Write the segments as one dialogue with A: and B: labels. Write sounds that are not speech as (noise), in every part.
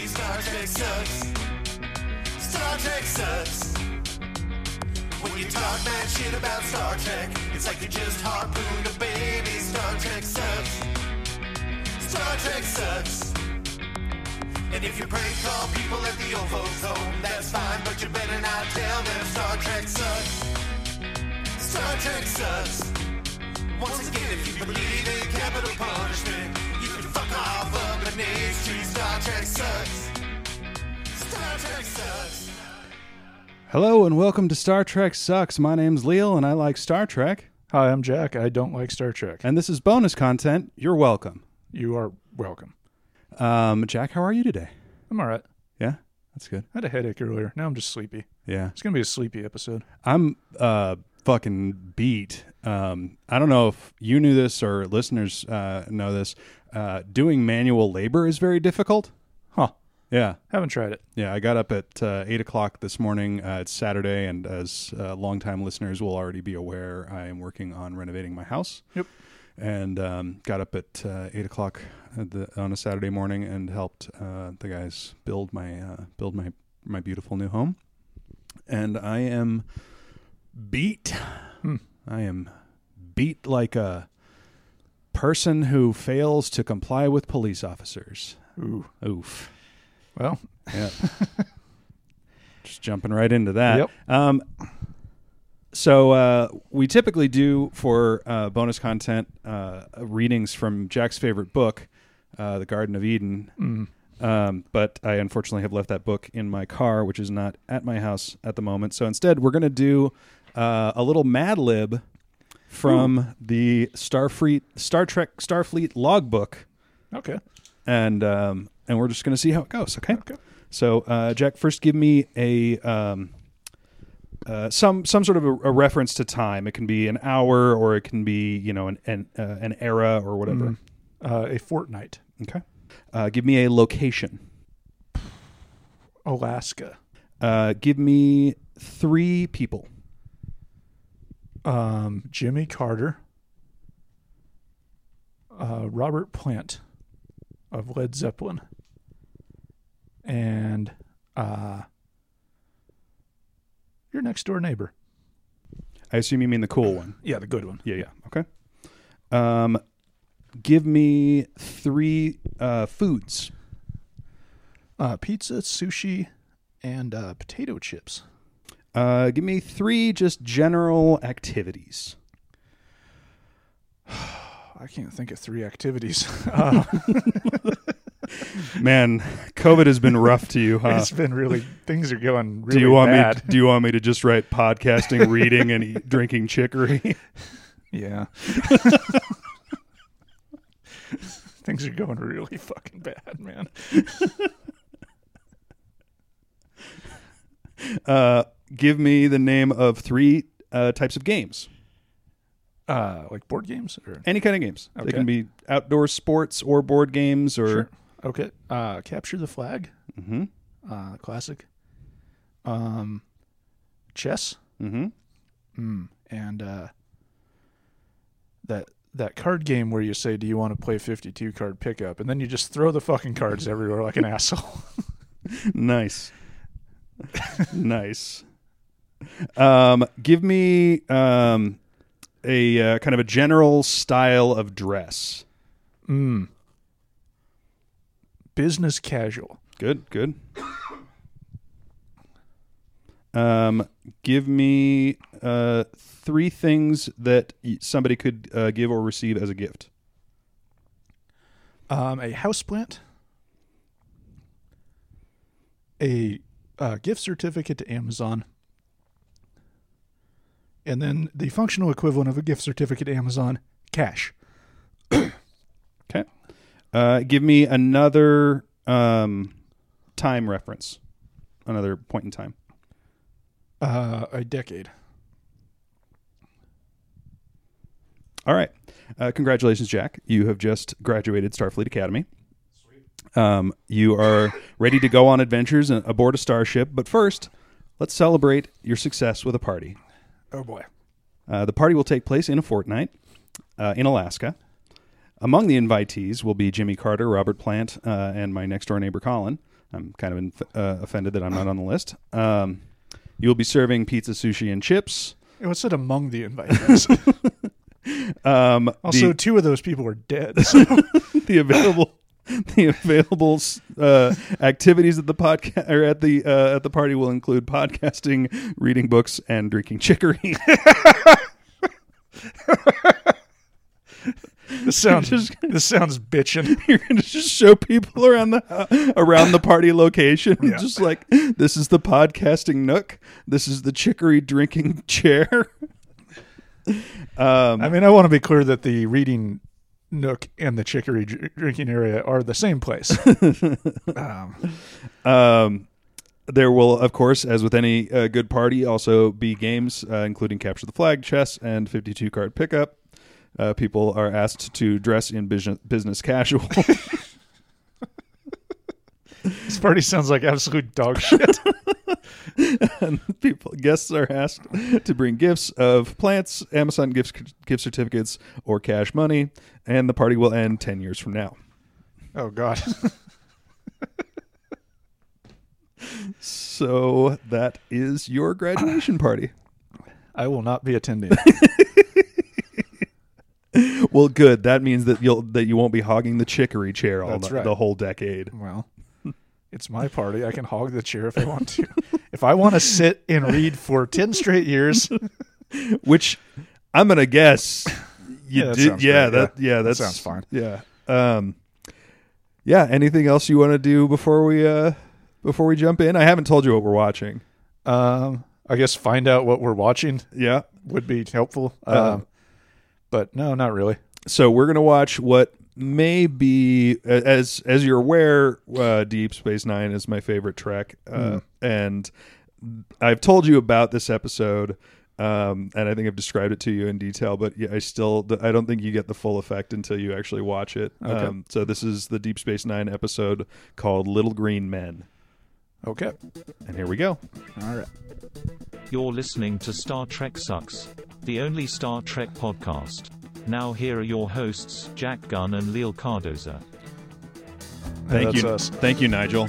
A: Trek sucks. Star Trek sucks. When you talk that shit about Star Trek, it's like you just harpooned a baby. Star Trek sucks. Star Trek sucks. And if you prank call people at the OVO zone, that's fine, but you better not tell them Star Trek sucks. Star Trek sucks. Once again, if you believe in capital punishment, you can fuck off up an A Street. Star Trek sucks. Star Trek sucks.
B: Hello and welcome to Star Trek Sucks. My name's Leal and I like Star Trek.
C: Hi, I'm Jack. I don't like Star Trek.
B: And this is bonus content. You're welcome.
C: You are welcome.
B: Um, Jack, how are you today?
C: I'm all right.
B: Yeah, that's good.
C: I had a headache earlier. Now I'm just sleepy.
B: Yeah.
C: It's going to be a sleepy episode.
B: I'm uh, fucking beat. Um, I don't know if you knew this or listeners uh, know this. Uh, doing manual labor is very difficult.
C: Huh.
B: Yeah.
C: Haven't tried it.
B: Yeah, I got up at uh, eight o'clock this morning. Uh, it's Saturday, and as uh, longtime listeners will already be aware, I am working on renovating my house.
C: Yep.
B: And um, got up at uh, eight o'clock at the, on a Saturday morning and helped uh, the guys build my uh, build my my beautiful new home. And I am beat. I am beat like a person who fails to comply with police officers.
C: Ooh.
B: Oof.
C: Well,
B: Yeah. (laughs) Just jumping right into that.
C: Yep.
B: Um, so uh, we typically do for uh, bonus content uh, readings from Jack's favorite book, uh, The Garden of Eden. Um, but I unfortunately have left that book in my car, which is not at my house at the moment. So instead, we're going to do uh, a little Mad Lib from the Starfleet Star Trek Starfleet logbook
C: okay.
B: and um, and we're just going to see how it goes. Okay.
C: Okay.
B: So, uh, Jack, first give me a um, uh, some some sort of a, a reference to time. It can be an hour, or it can be you know an an, uh, an era or whatever.
C: Uh, a fortnight.
B: Okay. Uh, give me a location.
C: Alaska.
B: Uh, give me three people.
C: Um, Jimmy Carter. Uh, Robert Plant of Led Zeppelin. And uh, your next door neighbor.
B: I assume you mean the cool one.
C: Yeah, the good one.
B: Yeah. Yeah. Okay. Um, give me three uh, foods.
C: Uh, pizza, sushi, and uh, potato chips.
B: Uh, give me three just general activities.
C: I can't think of three activities. (laughs) Uh,
B: Man, COVID has been rough to
C: (laughs)
B: you, huh?
C: it's been really things are (laughs) going really
B: Do you want
C: bad.
B: me? Do you want me to just write
C: (laughs)
B: podcasting, reading, and eat, drinking chicory?
C: Yeah. (laughs) things are going really fucking bad, man.
B: Uh, give me the name of three uh, types of games.
C: Uh, like board games or
B: Any kind of games. They
C: Okay.
B: can be outdoor sports or board games or
C: okay. Uh, capture the flag.
B: Mhm.
C: Uh, classic. Um, chess
B: Mhm.
C: and uh, that that card game where you say, "Do you want to play fifty-two card pickup?" and then you just throw the fucking cards everywhere like an asshole.
B: (laughs)
C: (laughs)
B: nice, (laughs) nice. Um, give me um, a uh, kind of a general style of dress.
C: Business casual.
B: Good, good. Um, give me uh, three things that y- somebody could uh, give or receive as a gift.
C: Um, a houseplant, a uh, gift certificate to Amazon, and then the functional equivalent of a gift certificate to Amazon, cash.
B: Okay. Uh, give me another um, time reference, another point in time.
C: Uh, a decade.
B: All right. Uh, congratulations, Jack. You have just graduated Starfleet Academy. Um, you are ready to go on adventures and aboard a starship, but first, let's celebrate your success with a party.
C: Oh boy.
B: Uh, the party will take place in a fortnight uh, in Alaska. Among the invitees will be Jimmy Carter, Robert Plant, uh, and my next door neighbor Colin. I'm kind of inf- uh, offended that I'm not on the list. Um, you will be serving pizza, sushi, and chips.
C: It was said among the invitees.
B: (laughs) Um,
C: also,
B: the,
C: two of those people are dead.
B: (laughs) (laughs)
C: So
B: the available (laughs) the available uh, activities at the podcast or at the uh, at the party will include podcasting, reading books, and drinking chicory. (laughs)
C: this sounds
B: Just-
C: this sounds bitching.
B: (laughs) You're going to just show people around the (laughs) around the party location,
C: Yeah.
B: just like this is the podcasting nook, this is the chicory drinking (laughs) chair. Um,
C: I mean, I want to be clear that the reading nook and the chicory dr- drinking area are the same
B: (laughs)
C: place. um,
B: Um, there will, of course, as with any uh, good party, also be games, uh, including capture the flag, chess, and fifty-two card pickup. Uh, people are asked to dress in business, business casual. (laughs)
C: this party sounds like
B: (laughs)
C: absolute dog shit.
B: people guests are asked to bring gifts of plants, Amazon gifts, gift certificates, or cash money, and the party will end ten years from now.
C: oh God. (laughs)
B: So that is your
C: (coughs)
B: graduation party.
C: I will not be (laughs) attending.
B: Well, good. That means that you'll that you won't be hogging the chicory chair all
C: That's
B: the,
C: right.
B: the whole
C: (laughs)
B: decade.
C: Well, it's my party. I can hog the chair if I want to. if I want to sit and read for 10 straight (laughs) years,
B: which I'm gonna guess you
C: Yeah, that
B: did.
C: sounds
B: Yeah,
C: great.
B: that yeah,
C: That
B: that's
C: sounds fine.
B: Yeah. Um, yeah. Anything else you want to do before we uh before we jump in? I haven't told you what we're watching.
C: um, I guess find out what we're watching
B: Yeah.
C: would be helpful.
B: Uh,
C: Um, but no, not really.
B: So we're gonna watch what may be a- as as you're aware, uh, Deep Space Nine is my favorite Trek, uh,
C: Hmm.
B: and I've told you about this episode. Um, and I think I've described it to you in detail, but yeah, I still I don't think you get the full effect until you actually watch it. Um, so this is the Deep Space Nine episode called "Little Green Men,"
C: Okay.
B: and here we go.
C: All right.
D: You're listening to Star Trek Sucks, the only Star Trek podcast. Now here are your hosts, Jack Gunn and Leal Cardoza.
B: Thank
C: that's
B: you,
C: us.
B: thank you, Nigel.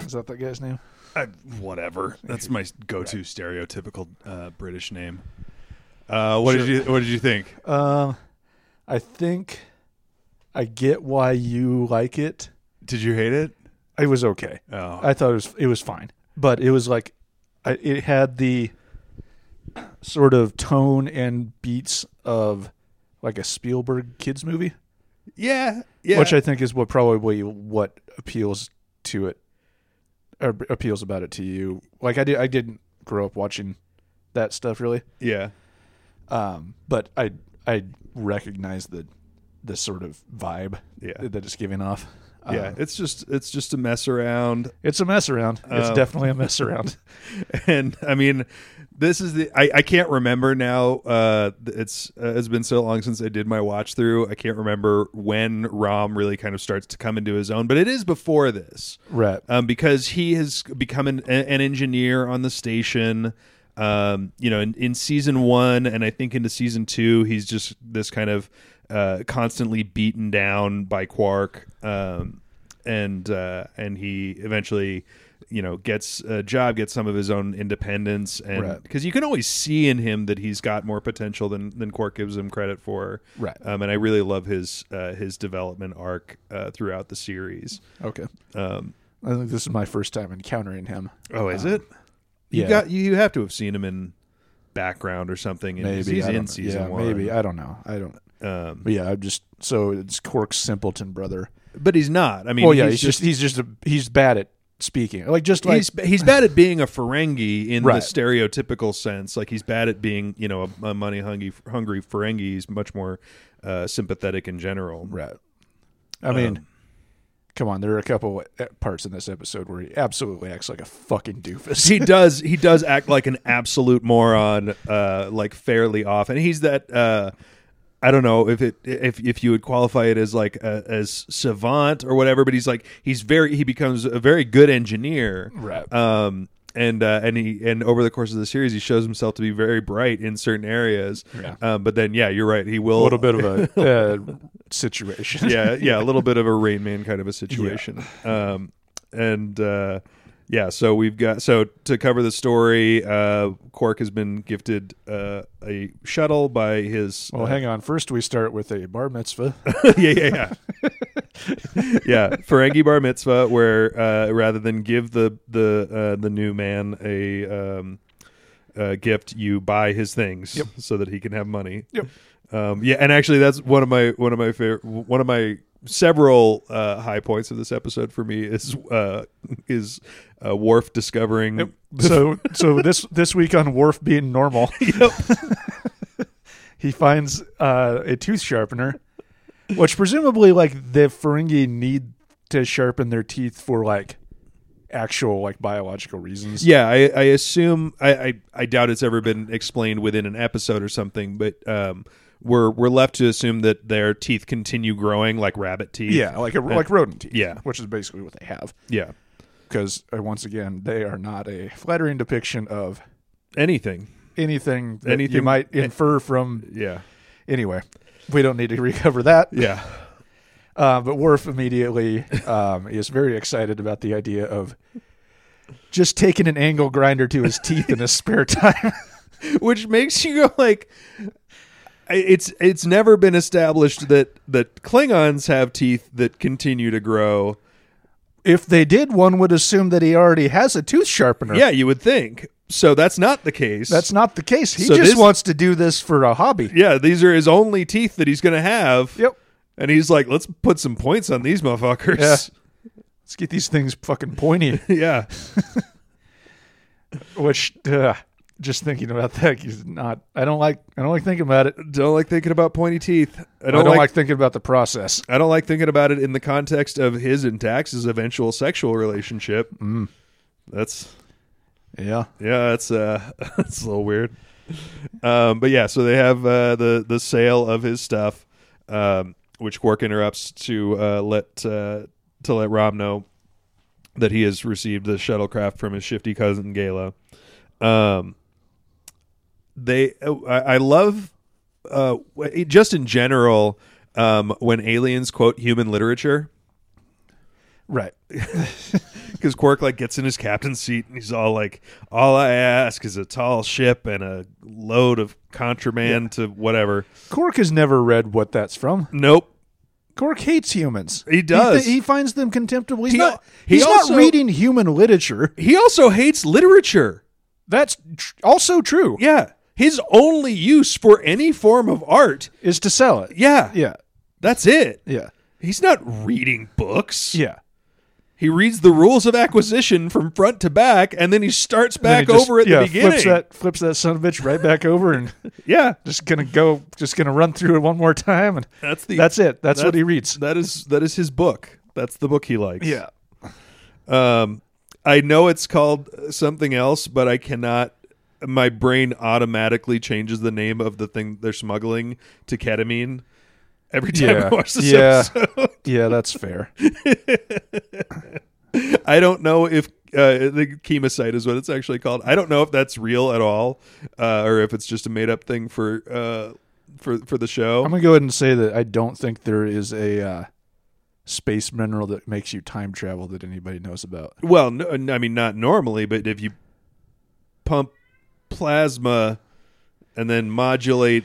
C: Is that that guy's name?
B: I, whatever. That's my go-to stereotypical uh, British name. Uh, what did you What did you think?
C: Um, I think I get why you like it.
B: Did you hate it?
C: It was okay.
B: Oh,
C: I thought it was it was fine, but it was like I, it had the sort of tone and beats of like a Spielberg kids movie,
B: yeah, yeah.
C: which I think is what probably what appeals to it or appeals about it to you. Like I did, I didn't grow up watching that stuff really,
B: yeah,
C: um, but I I recognize the the sort of vibe
B: Yeah.
C: that it's giving off.
B: yeah.
C: Um,
B: it's just it's just a mess around, (laughs)
C: it's a mess around. It's
B: Um,
C: definitely a mess
B: (laughs)
C: around.
B: and I mean, this is the I, I can't remember now. Uh, it's uh, it's been so long since I did my watch through. I can't remember when Rom really kind of starts to come into his own, but it is before this.
C: Right.
B: um, because he has become an, an engineer on the station. Um, you know, in, in season one, and I think into season two, he's just this kind of uh, constantly beaten down by Quark, um, and uh, and he eventually, you know, gets a job, gets some of his own independence, and
C: Right.
B: because you can always see in him that he's got more potential than than Quark gives him credit for,
C: Right.
B: Um, and I really love his uh, his development arc uh, throughout the series.
C: Okay.
B: Um,
C: I think this is my first time encountering him.
B: Oh, is
C: Um,
B: it? You
C: yeah.
B: got you, you have to have seen him in background or something. And
C: Maybe
B: he's
C: I
B: in
C: don't-
B: season
C: yeah,
B: one.
C: Maybe I don't know. I don't.
B: um,
C: But yeah, I'm just so it's Cork's simpleton brother.
B: but he's not. I mean,
C: well, yeah,
B: he's,
C: he's, just, he's just a, he's bad at speaking. Like just like
B: he's he's bad at being a Ferengi in the
C: Right.
B: stereotypical sense. Like he's bad at being you know a, a money hungry hungry Ferengi. He's much more uh, sympathetic in general.
C: right. I mean,
B: Um,
C: come on. There are a couple uh, parts in this episode where he absolutely acts like a fucking doofus.
B: he
C: (laughs)
B: does he does act like an absolute moron uh like fairly often he's that uh I don't know if it if if you would qualify it as like uh, as savant or whatever, but he's like he's very he becomes a very good engineer,
C: Right.
B: Um, and uh, and he and over the course of the series, he shows himself to be very bright in certain areas.
C: Yeah.
B: Um, but then, yeah, you're right. He will
C: a little bit of (laughs) a uh, situation. (laughs)
B: yeah, yeah, a little bit of a Rain Man kind of a situation. Um, and uh, yeah, so we've got so to cover the story, uh, Quark has been gifted uh, a shuttle by his.
C: Well,
B: uh,
C: hang on. First, we start with a bar mitzvah.
B: (laughs) yeah, yeah, (laughs) yeah, yeah. Ferengi bar mitzvah, where uh, rather than give the the uh, the new man a um, uh, gift, you buy his things
C: Yep.
B: so that he can have money.
C: Yep.
B: Um, yeah, and actually, that's one of my one of my favorite one of my several uh, high points of this episode for me is uh, is uh, Worf discovering.
C: so, so this this week on Worf being
B: (laughs)
C: normal, he finds uh, a tooth sharpener, which presumably, like the Ferengi need to sharpen their teeth for like actual like biological reasons.
B: Yeah, I, I assume I, I I doubt it's ever been explained within an episode or something, but um, we're we're left to assume that their teeth continue growing like rabbit teeth.
C: Yeah, like a, like rodent teeth.
B: Yeah.
C: which is basically what they have.
B: yeah,
C: Because uh, once again, they are not a flattering depiction of
B: anything.
C: anything. That you
B: Anything-
C: might infer from.
B: Yeah,
C: Anyway, we don't need to (laughs) recover that.
B: yeah,
C: Uh, but Worf immediately um, is very excited about the idea of just taking an angle grinder to his teeth in his spare (laughs) time.
B: which makes you go like. I- It's it's never been established that that Klingons have teeth that continue to grow.
C: if they did, one would assume that he already has a tooth sharpener.
B: Yeah, you would think. So that's not the case.
C: That's not the case. He
B: So
C: just
B: this-
C: wants to do this for a hobby.
B: yeah. These are his only teeth that he's gonna have.
C: Yep.
B: And he's like, let's put some points on these motherfuckers.
C: Yeah. Let's get these things fucking pointy.
B: (laughs) yeah.
C: (laughs) Which, uh, just thinking about that, is not. I don't like. I don't like thinking about it.
B: Don't like thinking about pointy teeth. I
C: I don't,
B: don't, like,
C: like thinking about the process.
B: I don't like thinking about it in the context of his and Tax's eventual sexual relationship.
C: Mm.
B: That's
C: Yeah.
B: yeah, that's uh (laughs) that's a little weird. Um but yeah, so they have uh the the sale of his stuff um which Quark interrupts to uh let uh to let Rob know that he has received the shuttlecraft from his shifty cousin Gala. Um, they, I, I love, uh, w- just in general, um, when aliens quote human literature
C: Right.
B: because Quark like gets in his captain's seat and he's all like, "All I ask is a tall ship and a load of contraband to whatever."
C: Cork has never read what that's from.
B: Nope.
C: Cork hates humans.
B: He does.
C: He, he finds them contemptible. He's
B: He-
C: not.
B: he
C: he's
B: also-
C: not reading human literature.
B: He also hates literature.
C: That's tr- also true.
B: Yeah, his only use for any form of art.
C: Is to sell it.
B: Yeah,
C: Yeah.
B: that's it.
C: Yeah.
B: He's not reading books.
C: Yeah.
B: He reads the rules of acquisition from front to back, and then he starts
C: Then he
B: back
C: just-
B: over at
C: yeah,
B: the beginning.
C: Flips that. Flips that son of a bitch right back over and
B: Yeah,
C: just gonna go. Just gonna run through it one more time and.
B: that's the
C: That's it. That's, what
B: that-
C: he reads.
B: That is that is his book. That's the book he likes.
C: Yeah.
B: Um, I know it's called something else, but I cannot. My brain automatically changes the name of the thing they're smuggling to ketamine every (laughs) time
C: Yeah.
B: I watch this
C: Yeah.
B: episode. (laughs)
C: Yeah, that's fair.
B: I don't know if uh, the chemosite is what it's actually called. I don't know if that's real at all, uh, or if it's just a made up thing for uh, for for the show.
C: I'm gonna go ahead and say that I don't think there is a uh, space mineral that makes you time travel that anybody knows about.
B: well, no, I mean not normally, but if you pump plasma and then modulate,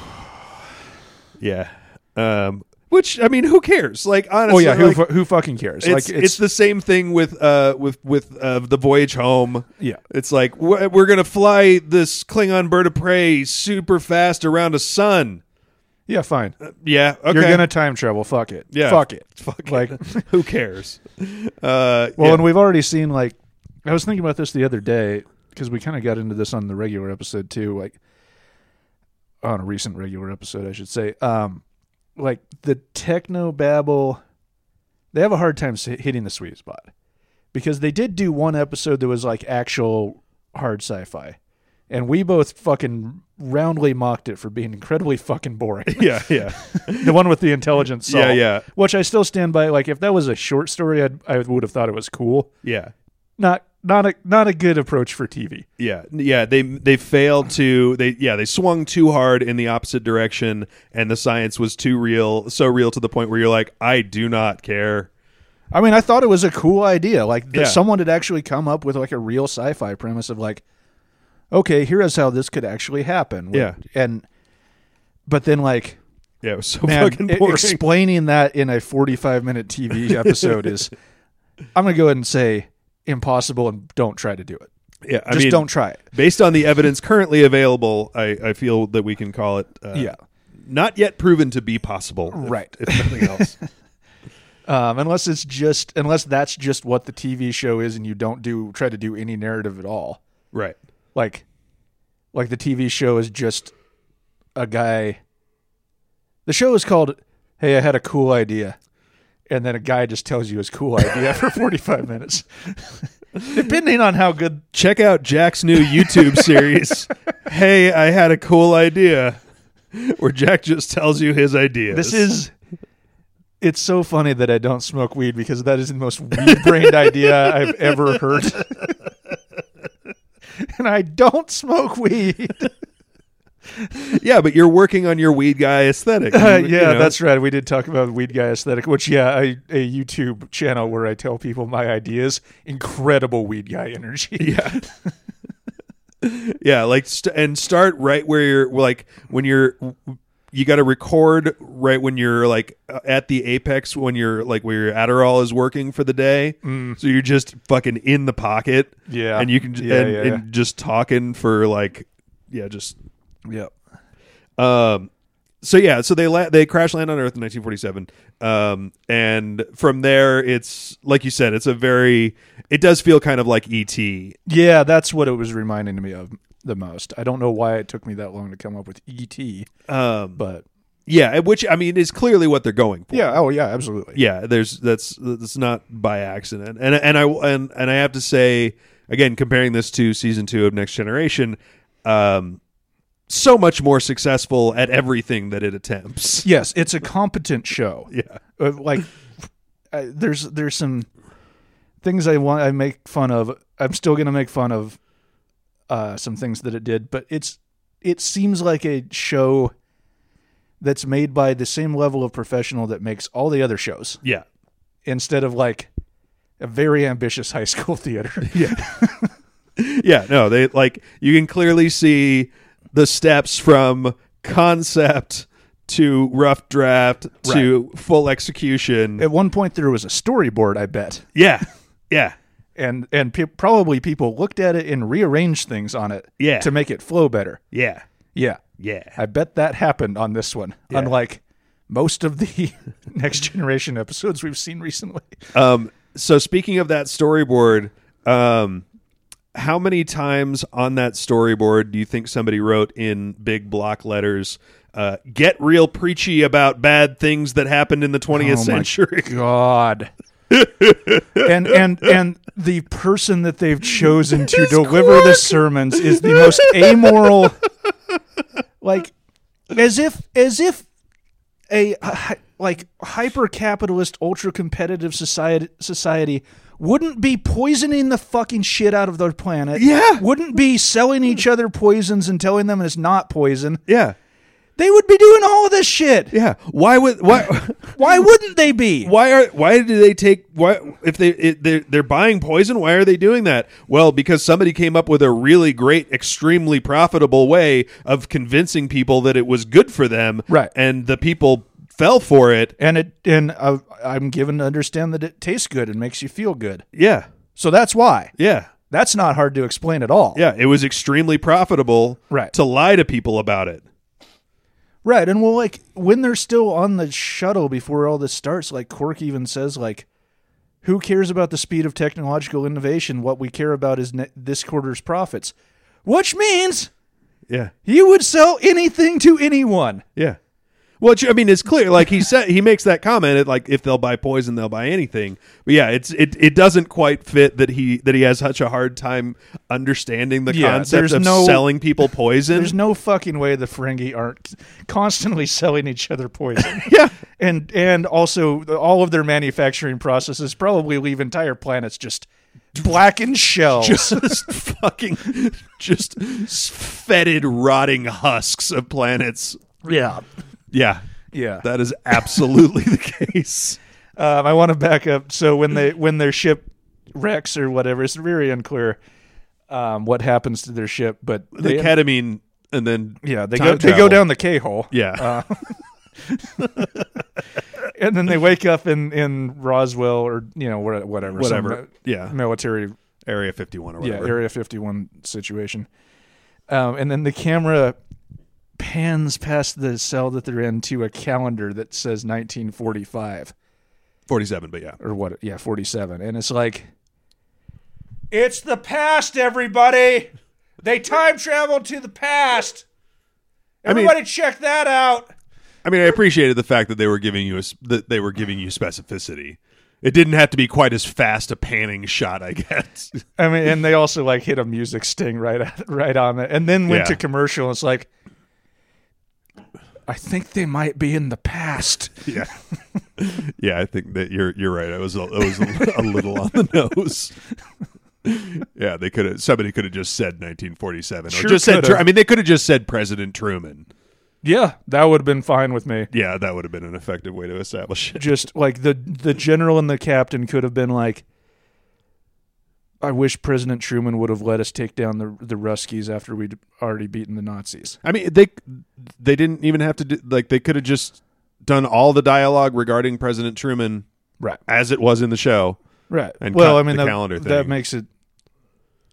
B: (sighs) yeah. Um, which I mean, who cares? Like honestly,
C: Oh yeah, who
B: like,
C: fu- who fucking cares?
B: it's,
C: like
B: it's, the same thing with uh with with uh, the voyage home.
C: Yeah.
B: it's like we're, we're gonna fly this Klingon bird of prey super fast around a sun.
C: yeah, fine.
B: Yeah, Uh, okay.
C: You're gonna time travel. Fuck it.
B: Yeah.
C: Fuck it.
B: Fuck it.
C: Like
B: (laughs) who cares?
C: (laughs)
B: Uh,
C: well,
B: yeah.
C: and (laughs) we've already seen like I was thinking about this the other day because we kind of got into this on the regular episode too, like on a recent regular episode, I should say. Um, like the techno babble, they have a hard time s- hitting the sweet spot because they did do one episode that was like actual hard sci-fi, and we both fucking roundly mocked it for being incredibly fucking boring.
B: (laughs) yeah, yeah,
C: (laughs) the one with the intelligence,
B: Yeah,
C: salt,
B: yeah.
C: which I still stand by. Like if that was a short story, I'd, I would have thought it was cool
B: yeah.
C: not not a not a good approach for TV.
B: Yeah, yeah, they they failed to they yeah they swung too hard in the opposite direction, and the science was too real, so real to the point where you're like, I do not care.
C: I mean, I thought it was a cool idea. Like that
B: Yeah.
C: someone had actually come up with like a real sci-fi premise of like, okay, here is how this could actually happen.
B: Yeah.
C: and but then like
B: Yeah, it was so
C: man,
B: fucking
C: e-
B: boring.
C: (laughs) explaining that in a forty-five minute TV episode is, I'm gonna go ahead and say impossible, and don't try to do it.
B: (laughs) yeah, I
C: Just
B: mean,
C: don't try it.
B: based on the evidence currently available, I, I feel that we can call it uh,
C: Yeah.
B: not yet proven to be possible. if-
C: Right.
B: If, nothing
C: (laughs)
B: else.
C: Um, unless it's just unless that's just what the TV show is, and you don't do try to do any narrative at all.
B: right.
C: like like the TV show is just a guy the show is called hey I had a cool idea and then a guy just tells you his cool idea for 45 minutes (laughs) depending on how good
B: Check out Jack's new YouTube
C: (laughs)
B: series. hey, I had a cool idea. Where Jack just tells you his ideas.
C: this is it's so funny that I don't smoke weed because that is the most weed-brained idea I've ever heard (laughs) and I don't smoke weed
B: yeah, but you're working on your weed guy
C: (laughs)
B: aesthetic.
C: Uh,
B: You- you
C: yeah,
B: know,
C: that's right. We did talk about the weed guy aesthetic, which yeah, I, a YouTube channel where I tell people my ideas. Incredible weed guy energy. (laughs) Yeah,
B: yeah. Like st- and start right where you're like when you're you got to record right when you're like at the apex when you're like where your Adderall is working for the day. So you're just fucking in the pocket.
C: Mm. Yeah.
B: and you can
C: Yeah,
B: and,
C: yeah,
B: and just talking for like yeah just
C: yep.
B: Um, so yeah, so they la- they crash land on Earth in 1947, um, and from there it's like you said, it's a very it does feel kind of like E ET.
C: Yeah, that's what it was reminding me of the most. I don't know why it took me that long to come up with ET,
B: Um,
C: but
B: yeah, which I mean is clearly what they're going for.
C: yeah, oh yeah, absolutely.
B: yeah. There's that's that's not by accident, and and I and and I have to say again, comparing this to season two of Next Generation, um, so much more successful at everything that it attempts. (laughs)
C: Yes, it's a competent show.
B: Yeah.
C: Uh, like I, there's there's some things I want I make fun of. I'm still gonna make fun of uh, some things that it did, but it's it seems like a show that's made by the same level of professional that makes all the other shows
B: Yeah.
C: instead of like a very ambitious (laughs) high school theater. Yeah,
B: yeah no they like you can clearly see the steps from concept to rough draft to full execution
C: at one point there was a storyboard, I bet,
B: yeah yeah
C: and and pe- probably people looked at it and rearranged things on it
B: Yeah.
C: to make it flow better.
B: yeah
C: Yeah,
B: yeah
C: I bet that happened on this one, unlike most of the (laughs) next generation episodes we've seen recently.
B: um so speaking of that storyboard um how many times on that storyboard do you think somebody wrote in big block letters uh, get real preachy about bad things that happened in the 20th
C: Oh my
B: century (laughs)
C: God. and and and the person that they've chosen to deliver the sermons is the most amoral like as if as if a hy- like hyper capitalist ultra competitive society society wouldn't be poisoning the fucking shit out of their planet.
B: Yeah.
C: Wouldn't be selling each other poisons and telling them it's not poison.
B: yeah
C: They would be doing all of this shit.
B: yeah why would why (laughs)
C: Why wouldn't they be?
B: why are why do they take why if they it, they're, they're buying poison why are they doing that well because somebody came up with a really great extremely profitable way of convincing people that it was good for them
C: Right.
B: and the people fell for it
C: and it and uh, I'm given to understand that it tastes good and makes you feel good.
B: yeah
C: So that's why.
B: yeah
C: That's not hard to explain at all.
B: yeah it was extremely profitable
C: Right.
B: to lie to people about it
C: Right. And well, like when they're still on the shuttle before all this starts, like Cork even says, like, who cares about the speed of technological innovation? What we care about is ne- this quarter's profits, which means
B: yeah
C: you would sell anything to anyone.
B: yeah well it's- i mean it's clear like he said he makes that comment it, like if they'll buy poison they'll buy anything but yeah it's it, it doesn't quite fit that he that he has such a hard time understanding the
C: Yeah,
B: concept
C: there's
B: of
C: no-
B: selling people poison (laughs)
C: There's no fucking way the Ferengi aren't constantly selling each other poison.
B: (laughs) yeah
C: and and also all of their manufacturing processes probably leave entire planets just blackened shells.
B: just fucking just fetid rotting husks of planets
C: yeah,
B: yeah
C: yeah.
B: that is absolutely the case
C: Um, I want to back up. So when they when their ship wrecks or whatever, it's very unclear um, what happens to their ship. But
B: the
C: they,
B: ketamine and then
C: yeah, they
B: time
C: go they
B: travel.
C: go down uh, the K hole.
B: Yeah.
C: and then they wake up in in Roswell or you know where- whatever some
B: Whatever. Yeah.
C: military
B: (laughs) Area 51 or
C: yeah
B: whatever.
C: Area 51 situation. Um, and then the camera pans past the cell that they're in to a calendar that says 1945
B: 47, but yeah.
C: or what? Yeah, 47. And it's like, it's the past, everybody. They time traveled to the past.
B: mean-
C: Everybody, check that out.
B: I mean, I appreciated the fact that they were giving you a s that they were giving you specificity. It didn't have to be quite as fast a panning shot, I (laughs) guess.
C: I mean, and they also like hit a music sting right right on it, and then went
B: Yeah.
C: to commercial. And it's like, I think they might be in the past.
B: yeah, yeah. I think that you're you're right. I was a, I was a, a little on the nose. (laughs) Yeah, they could have. Somebody could have just said 1947, or
C: Sure
B: just said.
C: coulda.
B: Tru- I mean, they could have just said President Truman.
C: Yeah, that would have been fine with me.
B: Yeah, that would have been an effective way to establish it.
C: Just like the the general and the captain could have been like, I wish President Truman would have let us take down the the Ruskies after we'd already beaten the Nazis.
B: I mean, they they didn't even have to do like they could have just done all the dialogue regarding President Truman
C: Right.
B: as it was in the show.
C: Right.
B: And
C: well,
B: cut
C: I mean
B: the
C: that,
B: calendar
C: that
B: thing.
C: makes it.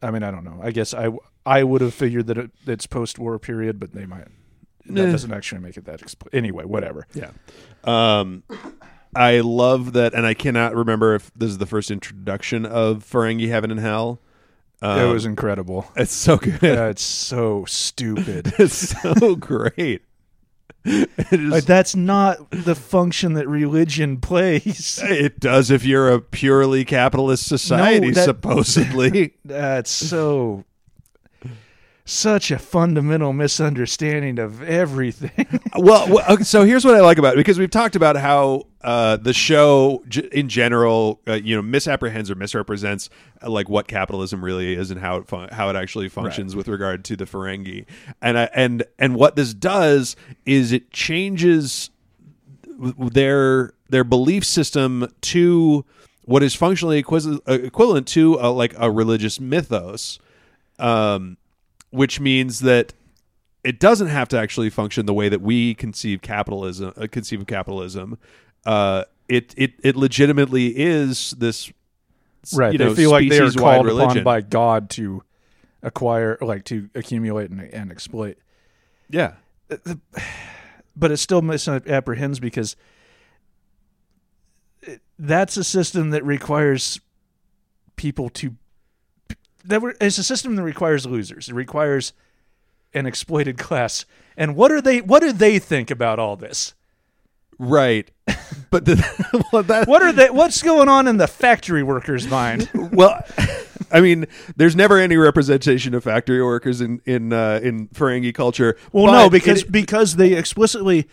C: I mean, I don't know. I guess I I would have figured that it, it's post war period, but they might. That
B: Nah.
C: doesn't actually make it that expl- anyway. Whatever.
B: Eh. Yeah. Um, I love that, and I cannot remember if this is the first introduction of Ferengi Heaven and Hell. Um,
C: it
B: (laughs)
C: was incredible.
B: It's so good.
C: Yeah, it's so stupid.
B: It's so great. It, is-
C: Like, that's not the function that religion (laughs) plays.
B: it does if you're a purely capitalist society,
C: No, that-
B: supposedly.
C: That's so such a fundamental misunderstanding of everything. (laughs)
B: well, well, okay, so here's what I like about it because we've talked about how uh, the show j- in general, uh, you know, misapprehends or misrepresents uh, like what capitalism really is and how it fun- how it actually functions with regard to the Ferengi, and I, and and what this does is it changes their their belief system to what is functionally equis- uh, equivalent to uh like a religious mythos, um, which means that it doesn't have to actually function the way that we conceive capitalism. Uh, conceive of capitalism. Uh, it it it legitimately is this.
C: right.
B: you
C: they
B: know,
C: feel like they are
B: species-wide
C: called upon
B: religion.
C: by God to acquire, like to accumulate and, and exploit.
B: Yeah.
C: But it still misapprehends because it- that's a system that requires people to. That were, it's a system that requires losers. It requires an exploited class. And what are they? What do they think about all this?
B: Right. (laughs) But the, (laughs) well, that,
C: What are they? What's going on in the factory
B: (laughs)
C: worker's mind?
B: well i mean there's never any representation of factory workers in in uh, in ferengi culture
C: Well,
B: But
C: no, because
B: it-
C: (laughs) because they explicitly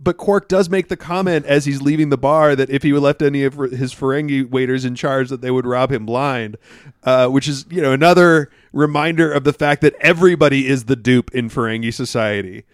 B: but quark does make the comment as he's leaving the bar that if he left any of his ferengi waiters in charge that they would rob him blind uh, which is you know another reminder of the fact that everybody is the dupe in ferengi society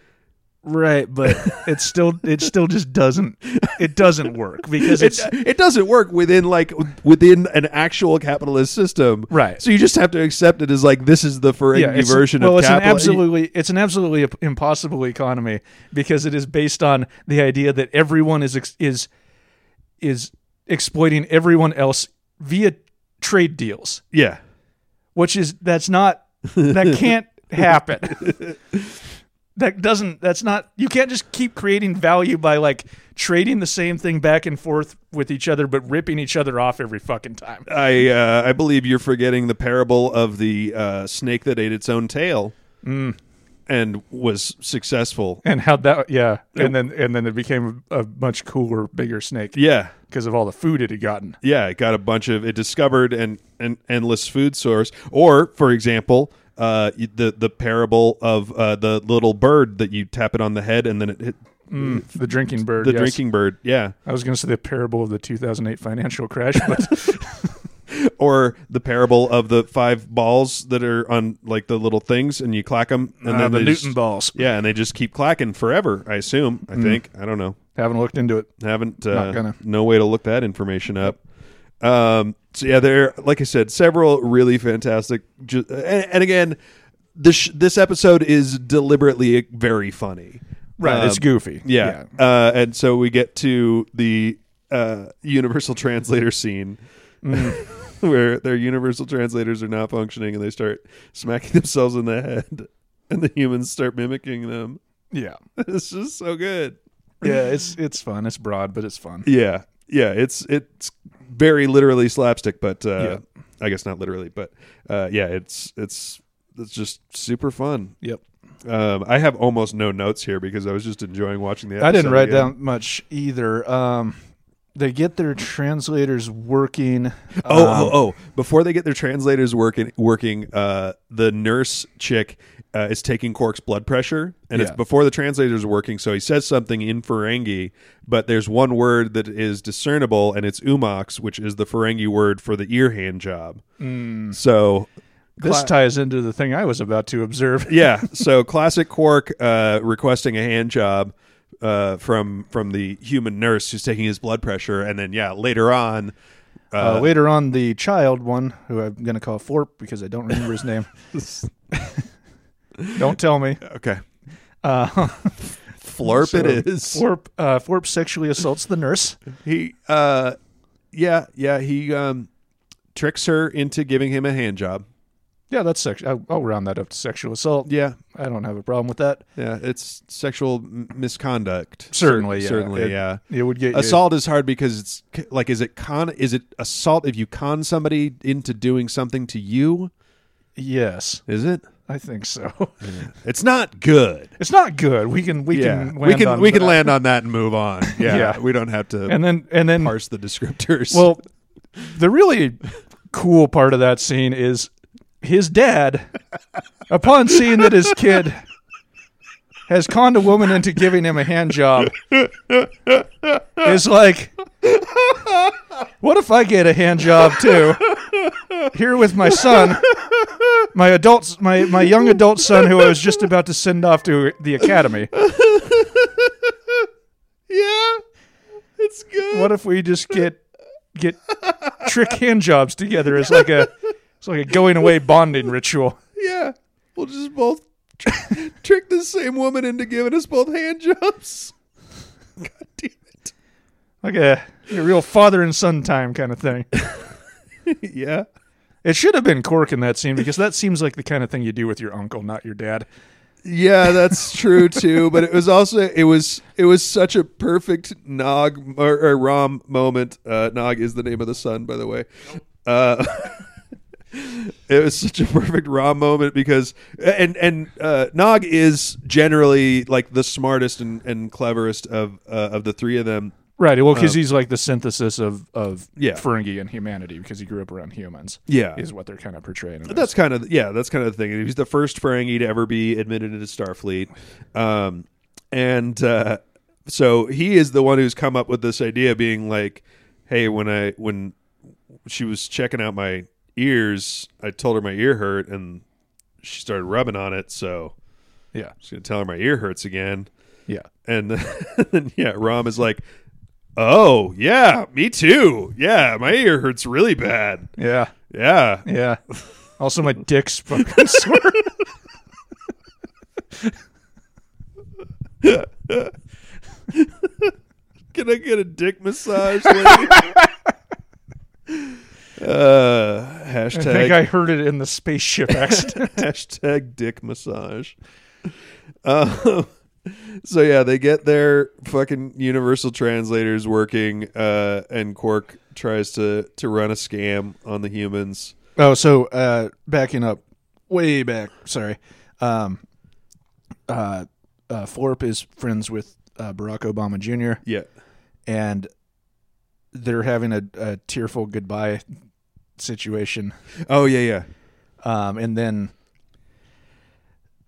C: right, but it still it still just doesn't it doesn't work because
B: it,
C: it's
B: Uh, it doesn't work within like within an actual capitalist system
C: Right.
B: so you just have to accept it as like this is the ferengi
C: yeah, it's,
B: version of
C: well, it's an
B: capital-
C: absolutely it's an absolutely impossible economy because it is based on the idea that everyone is ex- is is exploiting everyone else via trade deals,
B: yeah
C: which is that's not (laughs) that can't happen. (laughs) That doesn't. That's not. You can't just keep creating value by like trading the same thing back and forth with each other, but ripping each other off every fucking time.
B: I uh, I believe you're forgetting the parable of the uh, snake that ate its own tail
C: Mm.
B: and was successful.
C: And how that? Yeah. And then and then it became a much cooler, bigger snake
B: Yeah,
C: because of all the food it had gotten.
B: yeah. It got a bunch of it discovered an an endless food source. Or for example, uh, y- the the parable of uh, the little bird that you tap it on the head and then it hit
C: The drinking bird.
B: the
C: yes.
B: drinking bird. Yeah,
C: (laughs) I was going to say the parable of the 2008 financial crash, but
B: or the parable of the five balls that are on like the little things, and you clack them, and
C: Ah,
B: then
C: the
B: they
C: Newton Mm.
B: just-
C: balls.
B: Yeah, and they just keep clacking forever. I assume. I think. I don't know.
C: Haven't looked into it.
B: Haven't. Uh,
C: Not gonna.
B: No way to look that information up. Um. So yeah, there. Like I said, several really fantastic. Ju- and, and again, this sh- this episode is deliberately very funny.
C: Right, it's
B: Um,
C: goofy.
B: yeah. Uh, and so we get to the uh, universal (laughs) translator scene
C: Mm.
B: (laughs) where their universal translators are not functioning and they start smacking (laughs) themselves in the head and the humans start mimicking them.
C: yeah,
B: It's just so good.
C: (laughs) yeah. It's it's fun. It's broad, but it's fun.
B: Yeah. Yeah. It's, it's very literally slapstick, but uh, I guess not literally, but uh, yeah, it's, it's, it's just super fun.
C: Yep.
B: Um, I have almost no notes here because I was just enjoying watching the episode.
C: I didn't write
B: again.
C: down much either. Um, they get their translators working.
B: Oh,
C: Um,
B: oh, oh! Before they get their translators working, working, uh, the nurse chick uh, is taking Cork's blood pressure, and it's
C: Yeah.
B: before the translators are working. So he says something in Ferengi, but there's one word that is discernible, and it's umox, which is the Ferengi word for the ear hand job.
C: Hmm.
B: So
C: this ties into the thing I was about to observe.
B: yeah, so (laughs) classic Quark uh, requesting a hand job uh, from from the human nurse who's taking his blood pressure, and then yeah, later on.
C: Uh, later on, the child one, who I'm going to call Forp because I don't remember his (laughs) name. don't tell me.
B: Okay,
C: Uh, (laughs)
B: flurp it is.
C: Forp, uh, Forp sexually assaults the nurse.
B: He uh yeah, yeah, he um tricks her into giving him a hand job.
C: Yeah, that's sex. I'll, I'll round that up to sexual assault.
B: Yeah.
C: I don't have a problem with that.
B: Yeah, it's sexual m- misconduct. Cer-
C: Certainly, yeah.
B: Certainly,
C: It-
B: yeah.
C: It would get you-
B: Assault is hard because it's c- like is it con is it assault if you con somebody into doing something to you?
C: Yes,
B: Is it?
C: I think (laughs) so.
B: It's not good.
C: It's not good. We can we
B: yeah.
C: can land
B: we can
C: on
B: we can
C: that.
B: land on that and move
C: (laughs)
B: on. Yeah.
C: Yeah.
B: We don't have to
C: and then and then
B: parse the descriptors.
C: well, the really cool part of that scene is his dad, upon seeing that his kid has conned a woman into giving him a hand job, is like, "What if I get a hand job too? Here with my son." My adult, my, my young adult son, who I was just about to send off to the academy.
B: (laughs) yeah. It's good.
C: What if we just get get trick hand jobs together as like a it's like a going away bonding ritual?
B: Yeah. We'll just both tr- (laughs) trick the same woman into giving us both hand jobs. (laughs) God damn it.
C: Like a, a real father and son time kind of thing.
B: Yeah.
C: It should have been Cork in that scene because that seems like the kind of thing you do with your uncle, not your dad.
B: Yeah, that's true too. But it was also it was it was such a perfect Nog or, or Rom moment. Uh, Nog is the name of the son, by the way. Uh, (laughs) it was such a perfect Rom moment because and and uh, Nog is generally like the smartest and, and cleverest of uh, of the three of them.
C: Right. Well, because he's like the synthesis of of
B: Um, Yeah.
C: Ferengi and humanity because he grew up around humans.
B: Yeah.
C: is what they're kind of portraying. in this.
B: That's kind of yeah. That's kind of the thing. He's the first Ferengi to ever be admitted into Starfleet, um, and uh, so he is the one who's come up with this idea, being like, "Hey, when I when she was checking out my ears, I told her my ear hurt, and she started rubbing on it, so
C: yeah,
B: she's gonna tell her my ear hurts again."
C: yeah.
B: And (laughs) then, yeah, Rom is like, "Oh yeah, me too. Yeah, my ear hurts really bad.
C: Yeah.
B: Yeah,
C: Yeah.
B: (laughs)
C: Also, my dick's fucking sore.
B: Can I get a dick massage? lady? uh,
C: I think
B: hashtag
C: I heard it in the spaceship
B: (laughs)
C: accident.
B: hashtag dick massage. Um, so yeah, they get their fucking universal translators working, uh, and Quark tries to to run a scam on the humans.
C: Oh, so uh, backing up, way back. Sorry, um, uh, uh, Forp is friends with uh, Barack Obama Jr.
B: Yeah,
C: and they're having a, a tearful goodbye situation.
B: Oh yeah, yeah.
C: Um, and then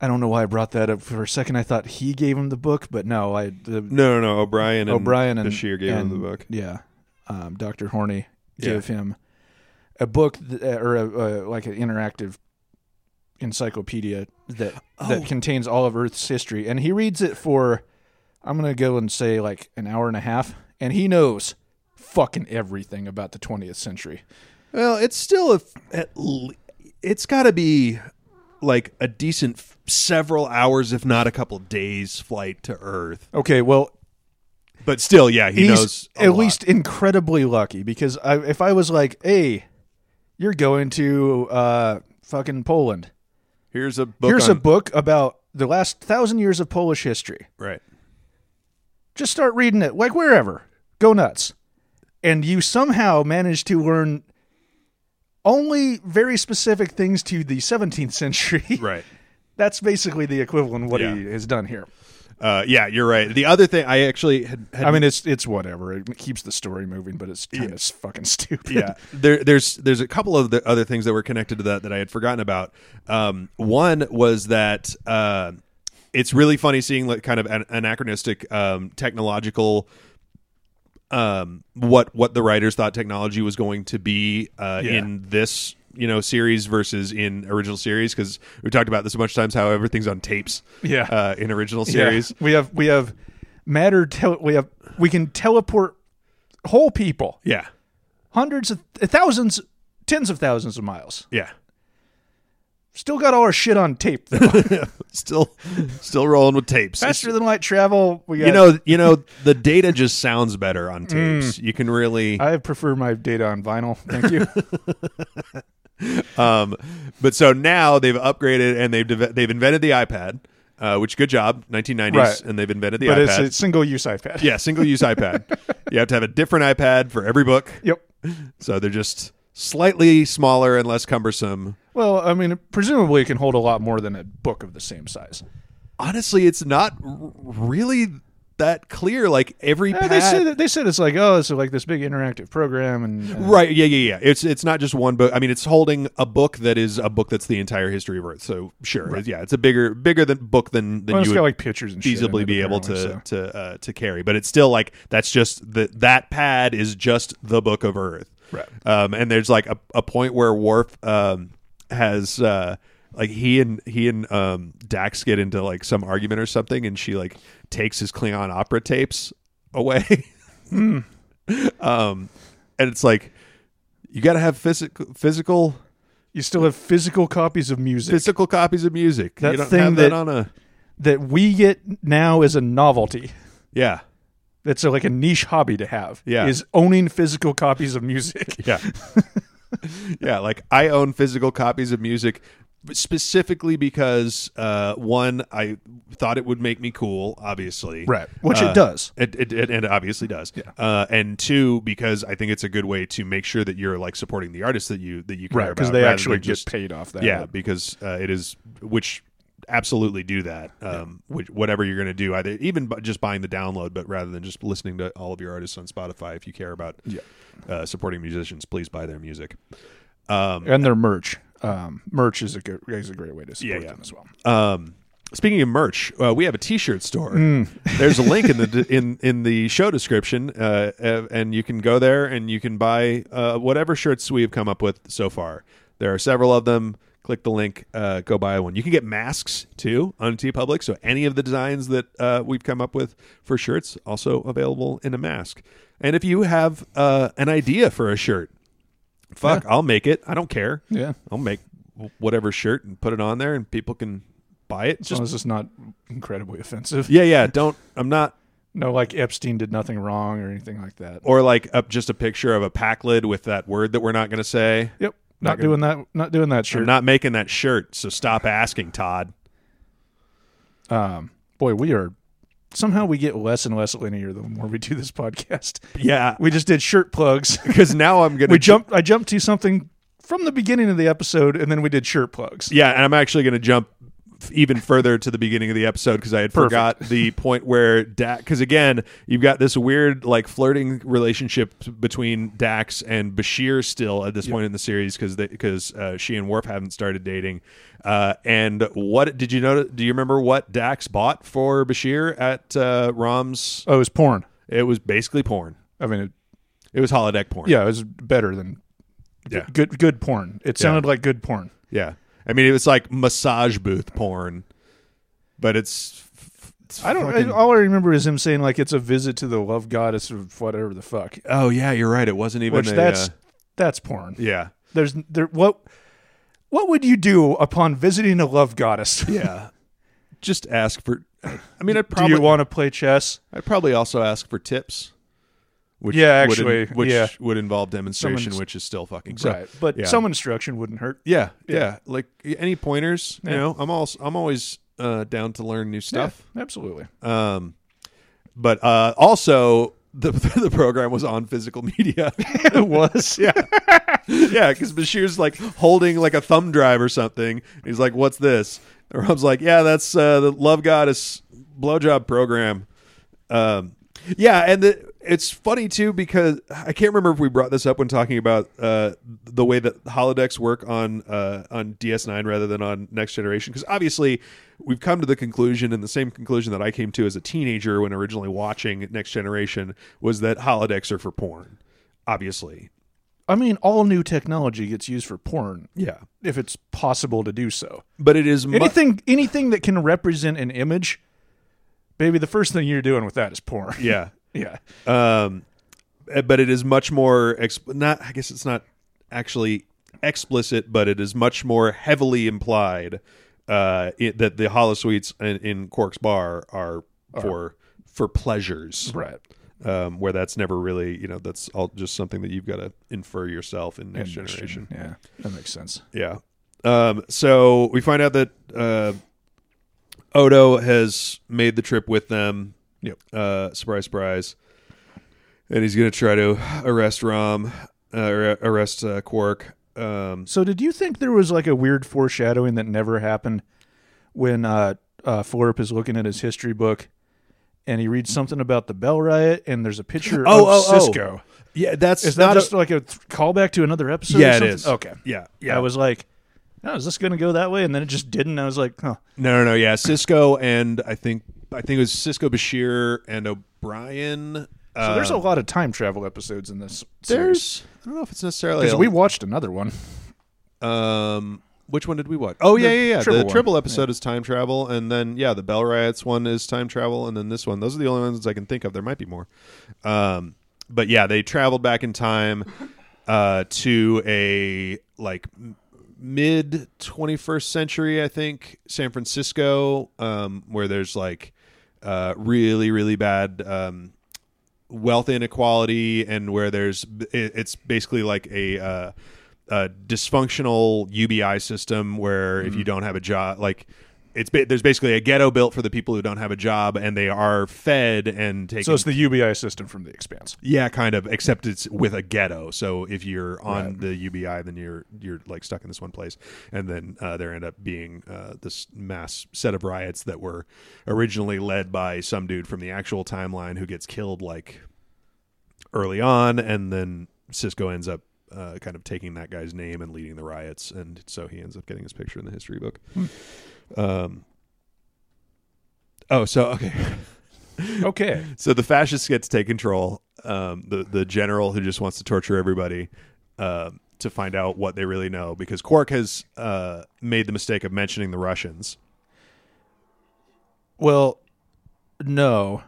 C: I don't know why I brought that up for a second. I thought he gave him the book, but no, I the,
B: No, no, no. O'Brien and
C: O'Brien and
B: Bashir gave
C: and-
B: him the book.
C: Yeah, um, Doctor Horny
B: Yeah.
C: gave him a book th- uh, or a, uh, like an interactive encyclopedia that
B: Oh.
C: that contains all of Earth's history, and he reads it for I'm gonna go and say like an hour and a half, and he knows fucking everything about the 20th century.
B: Well, it's still a, at le- it's got to be like a decent f- several hours, if not a couple days, flight to Earth.
C: Okay, well
B: But still, yeah, he
C: he's
B: knows a
C: at
B: lot.
C: least incredibly lucky because I, if I was like, "Hey, you're going to uh, fucking Poland.
B: Here's a book.
C: Here's
B: on-
C: a book about the last thousand years of Polish history.
B: right.
C: Just start reading it, like wherever. Go nuts." And you somehow manage to learn only very specific things to the 17th century. (laughs)
B: Right.
C: That's basically the equivalent of what
B: Yeah.
C: he has done here.
B: Uh, yeah, you're right. The other thing I actually had, had
C: I mean, it's it's whatever. It keeps the story moving, but it's kind of fucking (laughs) stupid.
B: yeah (laughs) there, there's there's a couple of the other things that were connected to that that i had forgotten about um, one was that uh, it's really funny seeing like kind of an, anachronistic um, technological um, what what the writers thought technology was going to be uh, in this you know series versus in original series because we talked about this a bunch of times how everything's on tapes
C: Yeah.
B: uh, in original
C: Yeah.
B: series
C: We have we have matter. Tele- we have we can teleport whole people,
B: yeah
C: hundreds of thousands, tens of thousands of miles.
B: yeah
C: Still got all our shit on
B: (laughs)
C: tape. Though.
B: still still rolling with tapes It's-
C: Faster than light travel. We got,
B: you know you know the data just sounds better on tapes you can really
C: Mm. I prefer my data on vinyl. Thank
B: (laughs)
C: you.
B: um but so now they've upgraded and they've deve- they've invented the ipad uh which good job 1990s
C: Right.
B: and they've invented the
C: but it's
B: ipad
C: a single use iPad.
B: yeah single use ipad
C: (laughs)
B: you have to have a different ipad for every book
C: Yep.
B: so they're just slightly smaller and less cumbersome
C: Well, I mean, presumably it can hold a lot more than a book of the same size.
B: honestly it's not r- really that clear like every
C: Uh,
B: pad
C: they said that- they said it's like oh, it's like this big interactive program and uh,
B: Right. Yeah. Yeah. Yeah. It's it's not just one book. I mean, it's holding a book that is a book that's the entire history of Earth. So sure. Yeah. It's a bigger bigger than book than than
C: Well, it's
B: you
C: got
B: would
C: like pictures and shit in
B: feasibly
C: it,
B: be able to
C: apparently, so.
B: to uh, to carry. But it's still like that's just the that pad is just the book of Earth.
C: Right.
B: Um, and there's like a, a point where Worf um has uh like he and he and um Dax get into like some argument or something, and she like takes his Klingon opera tapes away. (laughs)
C: Hmm.
B: um, and it's like you got to have physical physical
C: You still have physical copies of music.
B: physical copies of music.
C: That
B: you don't
C: thing
B: have that,
C: that-
B: on a
C: that we get now is a novelty.
B: yeah.
C: That's a, like a niche hobby to have.
B: Yeah.
C: is owning physical copies of
B: (laughs)
C: music.
B: Yeah. yeah, like I own physical copies of music specifically because uh one I thought it would make me cool, obviously.
C: which
B: Uh,
C: it does.
B: It, it, it, and it obviously does. Yeah. Uh, and two, because I think it's a good way to make sure that you're like supporting the artist that you that you care
C: Right, (laughs)
B: about,
C: because they
B: rather
C: actually
B: than
C: get
B: just
C: paid off that.
B: yeah, because uh, it is which absolutely do that. Um, which, whatever you're going to do, either even bu- just buying the download, but rather than just listening to all of your artists on Spotify, if you care about uh, supporting musicians, please buy their music. Um,
C: and their merch. Um, merch is a good, is a great way to support
B: Yeah, yeah.
C: them as well.
B: um, speaking of merch, uh, we have a T-shirt store. There's a link in the in in the show description, uh, uh, and you can go there and you can buy uh, whatever shirts we have come up with so far. There are several of them. Click the link, uh, go buy one. You can get masks too on T Public. So any of the designs that uh, we've come up with for shirts also available in a mask. And if you have uh, an idea for a shirt, fuck, I'll make it. I don't care.
C: Yeah,
B: I'll make w- whatever shirt and put it on there, and people can buy it.
C: as long as it's not incredibly offensive.
B: yeah, yeah. Don't I'm not
C: No, like Epstein did nothing wrong or anything like that.
B: or like up just a picture of a pack lid with that word that we're not going to say.
C: Yep, not, doing that. Not doing that
B: I'm
C: shirt.
B: not making that shirt, so stop asking, Todd.
C: um, boy, we are somehow we get less and less linear the more we do this podcast.
B: (laughs) Yeah,
C: We just did
B: (laughs)
C: shirt plugs.
B: because now I'm gonna
C: we jumped. I jumped to something from the beginning of the episode, and then we did shirt plugs.
B: Yeah, and I'm actually going to jump f- even further to the beginning of the episode because I had forgot the point where Dax. Because again, you've got this weird like flirting relationship between Dax and Bashir still at this point in the series because because uh, she and Worf haven't started dating. Uh, and what did you notice? Do you remember what Dax bought for Bashir at uh, Rom's?
C: Oh, it was porn.
B: It was basically porn.
C: I mean, it,
B: It was holodeck porn.
C: yeah, it was better than
B: Yeah.
C: good good porn. It sounded like good porn.
B: Yeah. I mean, it was like massage booth porn, but it's. it's
C: I don't.
B: fucking-
C: I, all I remember is him saying like it's a visit to the love goddess of whatever the fuck.
B: oh yeah, you're right. It wasn't even.
C: Which
B: a,
C: that's
B: uh,
C: that's porn.
B: yeah.
C: There's there what what would you do upon visiting a love goddess?
B: Yeah. (laughs) Just ask for. I mean, I'd
C: (laughs) Do
B: probably
C: you want to play chess?
B: I'd probably also ask for tips. Which
C: Yeah,
B: would in-
C: actually,
B: which
C: yeah.
B: would involve demonstration,
C: Someone's-
B: which is still fucking so-
C: right, but
B: yeah.
C: some instruction wouldn't hurt.
B: Yeah, yeah, Like y- any pointers, you
C: Yeah.
B: know, I'm all I'm always uh, down to learn new stuff. (laughs)
C: Yeah, absolutely.
B: Um, but uh, also the (laughs) the program was on physical media.
C: it (laughs) was.
B: yeah, yeah, because Bashir's like holding like a thumb drive or something. He's like, "What's this?" And Rob's like, "Yeah, that's uh, the Love Goddess blowjob program." Um, yeah, and the, it's funny too because I can't remember if we brought this up when talking about uh, the way that holodecks work on uh, on DS9 rather than on Next Generation. Because obviously, we've come to the conclusion, and the same conclusion that I came to as a teenager when originally watching Next Generation was that holodecks are for porn. Obviously,
C: I mean, all new technology gets used for porn
B: yeah,
C: if it's possible to do so.
B: but it is mu-
C: Anything anything that can represent an image, baby, the first thing you're doing with that is porn.
B: yeah.
C: (laughs) yeah.
B: um, uh, but it is much more exp- not. I guess it's not actually explicit, but it is much more heavily implied uh, i that the hollow suites in, in Cork's bar are for for pleasures,
C: Right.
B: um, where that's never really you know that's all just something that you've got to infer yourself in next generation.
C: Yeah. That makes sense.
B: Yeah. Um, so we find out that uh, Odo has made the trip with them.
C: Yep.
B: Uh, surprise, surprise. And he's going to try to arrest Rom, uh, ar- arrest uh, Quark. Um,
C: So did you think there was like a weird foreshadowing that never happened when uh uh Florp is looking at his history book and he reads something about the Bell Riot and there's a picture
B: Oh,
C: of
B: oh, oh.
C: Cisco.
B: yeah, that's
C: Is that
B: not
C: just
B: a,
C: like a th- callback to another episode? or
B: yeah, it
C: something?
B: is.
C: Okay.
B: Yeah,
C: Yeah.
B: yeah.
C: I was like, oh, is this gonna go that way? And then it just didn't. I was like, huh.
B: no, no, no. Yeah, Cisco and I think I think it was Cisco Bashir and O'Brien.
C: So
B: Uh,
C: there's a lot of time travel episodes in this series.
B: there's I don't know if it's necessarily
C: Because
B: a-
C: we watched another one.
B: Um, which one did we watch? Oh yeah, yeah, yeah.
C: triple
B: the
C: one.
B: triple episode is time travel, and then yeah, the Bell Riots one is time travel, and then this one. Those are the only ones I can think of. There might be more. Um, but yeah, they traveled back in time uh, to a like m- mid 21st century, I think, San Francisco, um, where there's like uh, really, really bad um, wealth inequality and where there's it- it's basically like a uh, a dysfunctional UBI system where if you don't have a job like it's ba- there's basically a ghetto built for the people who don't have a job and they are fed and taken
C: So it's the UBI system from the expanse.
B: yeah, kind of. Except it's with a ghetto. So if you're on the UBI, then you're you're like stuck in this one place, and then uh, there end up being uh, this mass set of riots that were originally led by some dude from the actual timeline who gets killed like early on, and then Cisco ends up. Uh, kind of taking that guy's name and leading the riots, and so he ends up getting his picture in the history book. Um, oh, so okay,
C: Okay.
B: so the fascists get to take control. Um, the the general who just wants to torture everybody um, to find out what they really know, because Quark has uh, made the mistake of mentioning the Russians.
C: Well, no.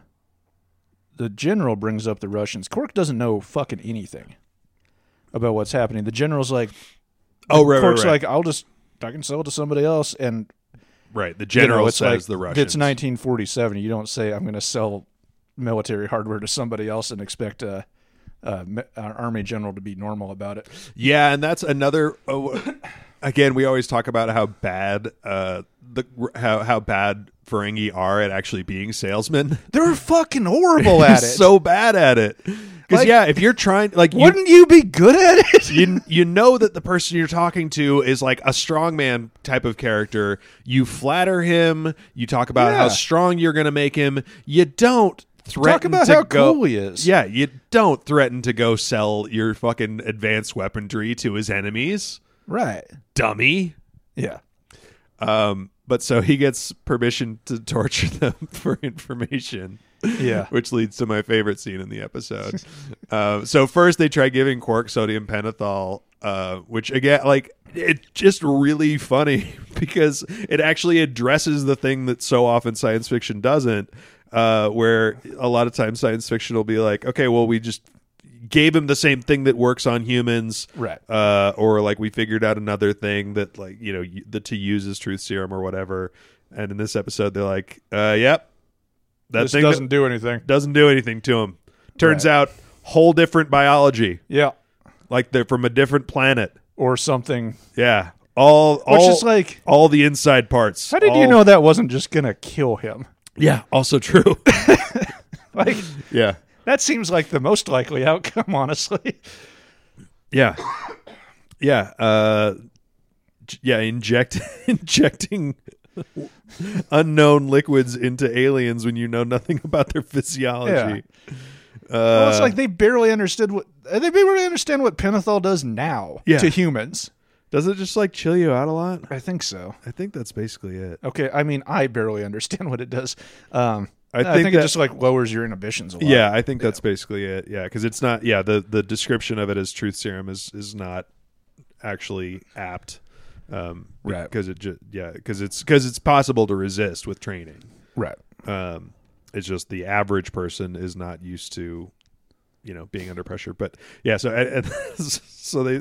C: The general brings up the Russians. Cork doesn't know fucking anything about what's happening. The general's like,
B: Oh, right,
C: Cork's
B: right, right.
C: like, I'll just, I can sell it to somebody else. And
B: right. The
C: you
B: general
C: know, it's
B: says
C: like,
B: the Russians.
C: It's 1947. You don't say I'm going to sell military hardware to somebody else and expect a, a, me- an army general to be normal about it.
B: Yeah, and that's another. Oh, again, we always talk about how bad uh, the how how bad Ferengi are at actually being salesmen.
C: They're
B: (laughs)
C: fucking horrible at it.
B: so bad at it. Because
C: Like-
B: yeah, if you're trying, like, you-
C: wouldn't you be good at
B: (laughs)
C: it?
B: you you know that the person you're talking to is like a strongman type of character. You flatter him. You talk about
C: Yeah.
B: how strong you're going to make him. You don't threaten
C: about
B: to
C: how
B: go,
C: cool he is.
B: Yeah, you don't threaten to go sell your fucking advanced weaponry to his enemies,
C: right.
B: dummy. (laughs)
C: Yeah.
B: Um, but so he gets permission to torture them (laughs) for information
C: Yeah.
B: (laughs) which leads (laughs) to my favorite scene in the episode. uh, so first, they try giving Quark sodium pentothal, uh, which again, like it's just really funny (laughs) because it actually addresses the thing that so often science fiction doesn't. Uh, where a lot of times science fiction will be like, okay, well, we just gave him the same thing that works on humans,
C: Right.
B: Uh, or like we figured out another thing that like you know y- the to use is truth serum or whatever. And in this episode, they're like, uh, yep, that
C: this
B: thing
C: doesn't
B: that-
C: do anything.
B: doesn't do anything to him. Turns
C: Right.
B: out, whole different biology,
C: Yeah,
B: like they're from a different planet.
C: or something.
B: Yeah, all
C: Which
B: all
C: is like,
B: all the inside parts.
C: how did you
B: All-
C: know that wasn't just gonna kill him? (laughs)
B: Yeah, also true. (laughs)
C: Like
B: yeah,
C: that seems like the most likely outcome, (laughs) honestly.
B: yeah, yeah. Uh, j- yeah, inject (laughs) injecting unknown liquids into aliens when you know nothing (laughs) about their physiology. Uh,
C: well, it's like they barely understood what uh, they barely understand what pentothal does now
B: Yeah.
C: to humans.
B: does it just like chill you out a lot?
C: I think so.
B: I think that's basically it.
C: Okay, I mean, I barely understand (laughs) what it does. Um,
B: I
C: I think,
B: think
C: it
B: that-
C: just like lowers your inhibitions a lot.
B: Yeah, I think that's basically it. Yeah, because it's not. Yeah, the the description of it as truth serum is is not actually apt. Um,
C: Right.
B: Because it just yeah, because it's because it's possible to resist with training.
C: right.
B: Um, it's just the average person is not used to, you know, being under pressure. But yeah, so and, (laughs) so they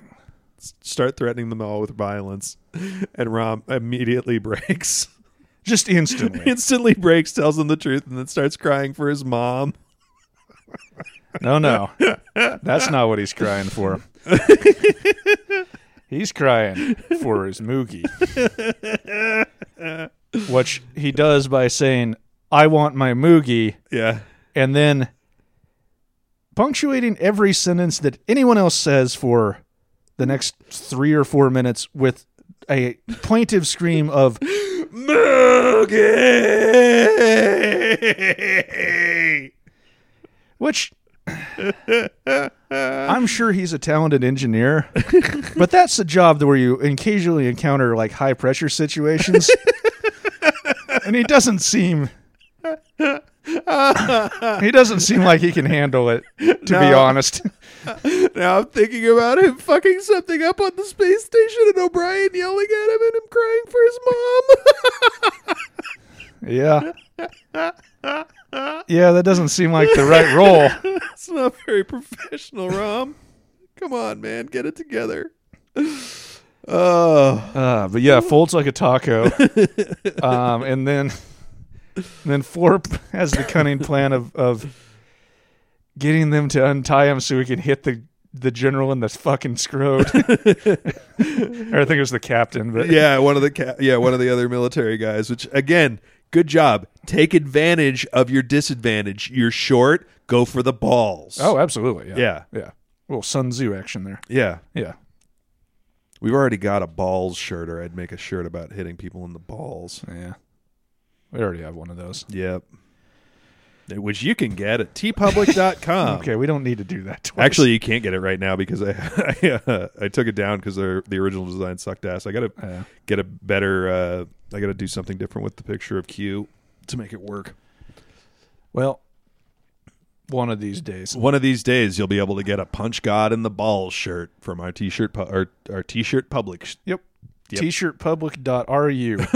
B: s- start threatening them all with violence, and Rom immediately (laughs) breaks. (laughs)
C: Just instantly.
B: Instantly breaks, tells them the truth, and then starts crying for his mom.
C: no, no, that's not what he's crying for. he's crying for his moogie, which he does by saying, "I want my moogie,"
B: Yeah.
C: and then punctuating every sentence that anyone else says for the next three or four minutes with a plaintive scream of
B: Moogie!
C: Which I'm sure he's a talented engineer, but that's a job where you occasionally encounter like high pressure situations. and he doesn't seem he doesn't seem like he can handle it to be
B: No.
C: honest.
B: Now I'm thinking about him fucking something up on the space station and O'Brien yelling at him and him crying for his mom. (laughs)
C: yeah. Yeah, that doesn't seem like the right role.
B: That's not very professional, Rom. Come on, man. Get it together. Oh.
C: Uh, but yeah, folds like
B: (laughs)
C: a taco, um, and then then Florp has the cunning plan of of getting them to untie him so he can hit the the general in the fucking scrode.
B: (laughs)
C: (laughs) or I think it was the captain, but
B: yeah, one of the ca- yeah, one of the other military guys. Which again, good job. Take advantage of your disadvantage. You're short. Go for the balls.
C: oh, absolutely, yeah,
B: Yeah.
C: yeah. Little Sun Tzu action there.
B: yeah.
C: Yeah,
B: We've already got a balls shirt, or I'd make a shirt about hitting people in the balls.
C: yeah. We already have one of those.
B: Yep. Which you can get at (laughs) tpublic.com.
C: Okay, we don't need to do that. Twice.
B: Um, Actually, you can't get it right now because I (laughs) I, uh, I took it down because the original design sucked ass. I gotta
C: Yeah.
B: get a better. Uh, I gotta do something different with the picture of Q to make it work.
C: well, one of these days.
B: One of these days, you'll be able to get a punch god in the balls shirt from our t-shirt pu- our, our t-shirt public. sh-
C: Yep.
B: Yep. (laughs)
C: T-shirtpublic.ru.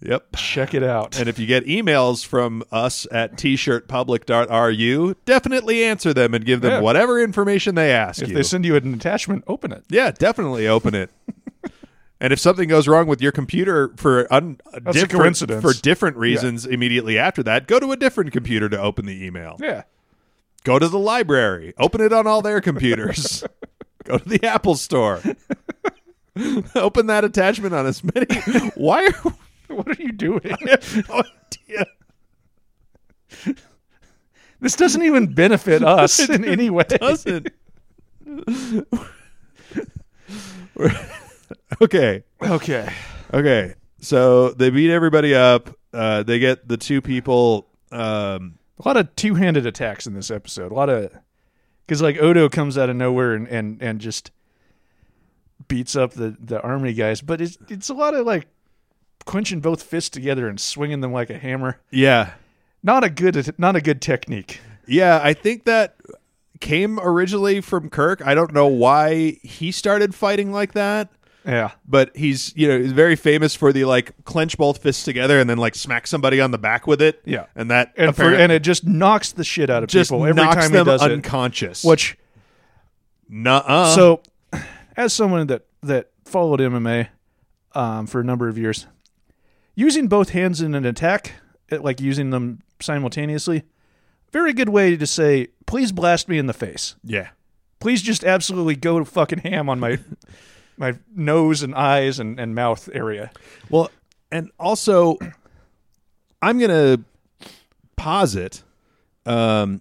B: Yep.
C: Check it out.
B: And if you get emails from us at t-shirtpublic.ru, definitely answer them and give them
C: Yeah.
B: whatever information they ask
C: If
B: you.
C: they send you an attachment, open it.
B: yeah, definitely open
C: (laughs)
B: it. and if something goes wrong with your computer for un-
C: a
B: different,
C: coincidence.
B: for different reasons immediately after that, go to a different computer to open the email.
C: Yeah. (laughs)
B: Go to the library. Open it on all their
C: (laughs)
B: computers. Go to the Apple store. Open that attachment on as many. Why are (laughs)
C: What are you doing?
B: I have no idea.
C: (laughs) this doesn't even (laughs) benefit us in any way.
B: Doesn't. (laughs) okay.
C: Okay.
B: Okay. So they beat everybody up. Uh, they get the two people. Um,
C: A lot of two-handed attacks in this episode. A lot of because like Odo comes out of nowhere and and, and just beats up the the army guys, but it's it's a lot of like clenching both fists together and swinging them like a hammer.
B: yeah.
C: Not a good not a good technique.
B: Yeah, I think that came originally from Kirk. I don't know why he started fighting like that,
C: Yeah.
B: but he's you know he's very famous for the like clench both fists together and then like smack somebody on the back with it.
C: Yeah.
B: and that
C: And, for,
B: apparent-
C: and it just knocks the shit out of
B: just
C: people every
B: knocks
C: time
B: them
C: he does it.
B: unconscious.
C: Which
B: nuh-uh.
C: so as someone that that followed MMA um, for a number of years, using both hands in an attack, it- like using them simultaneously, very good way to say, "Please blast me in the face.
B: yeah,
C: Please just absolutely go to fucking ham on my my nose and eyes and, and mouth area."
B: Well, and also, I'm going to posit um,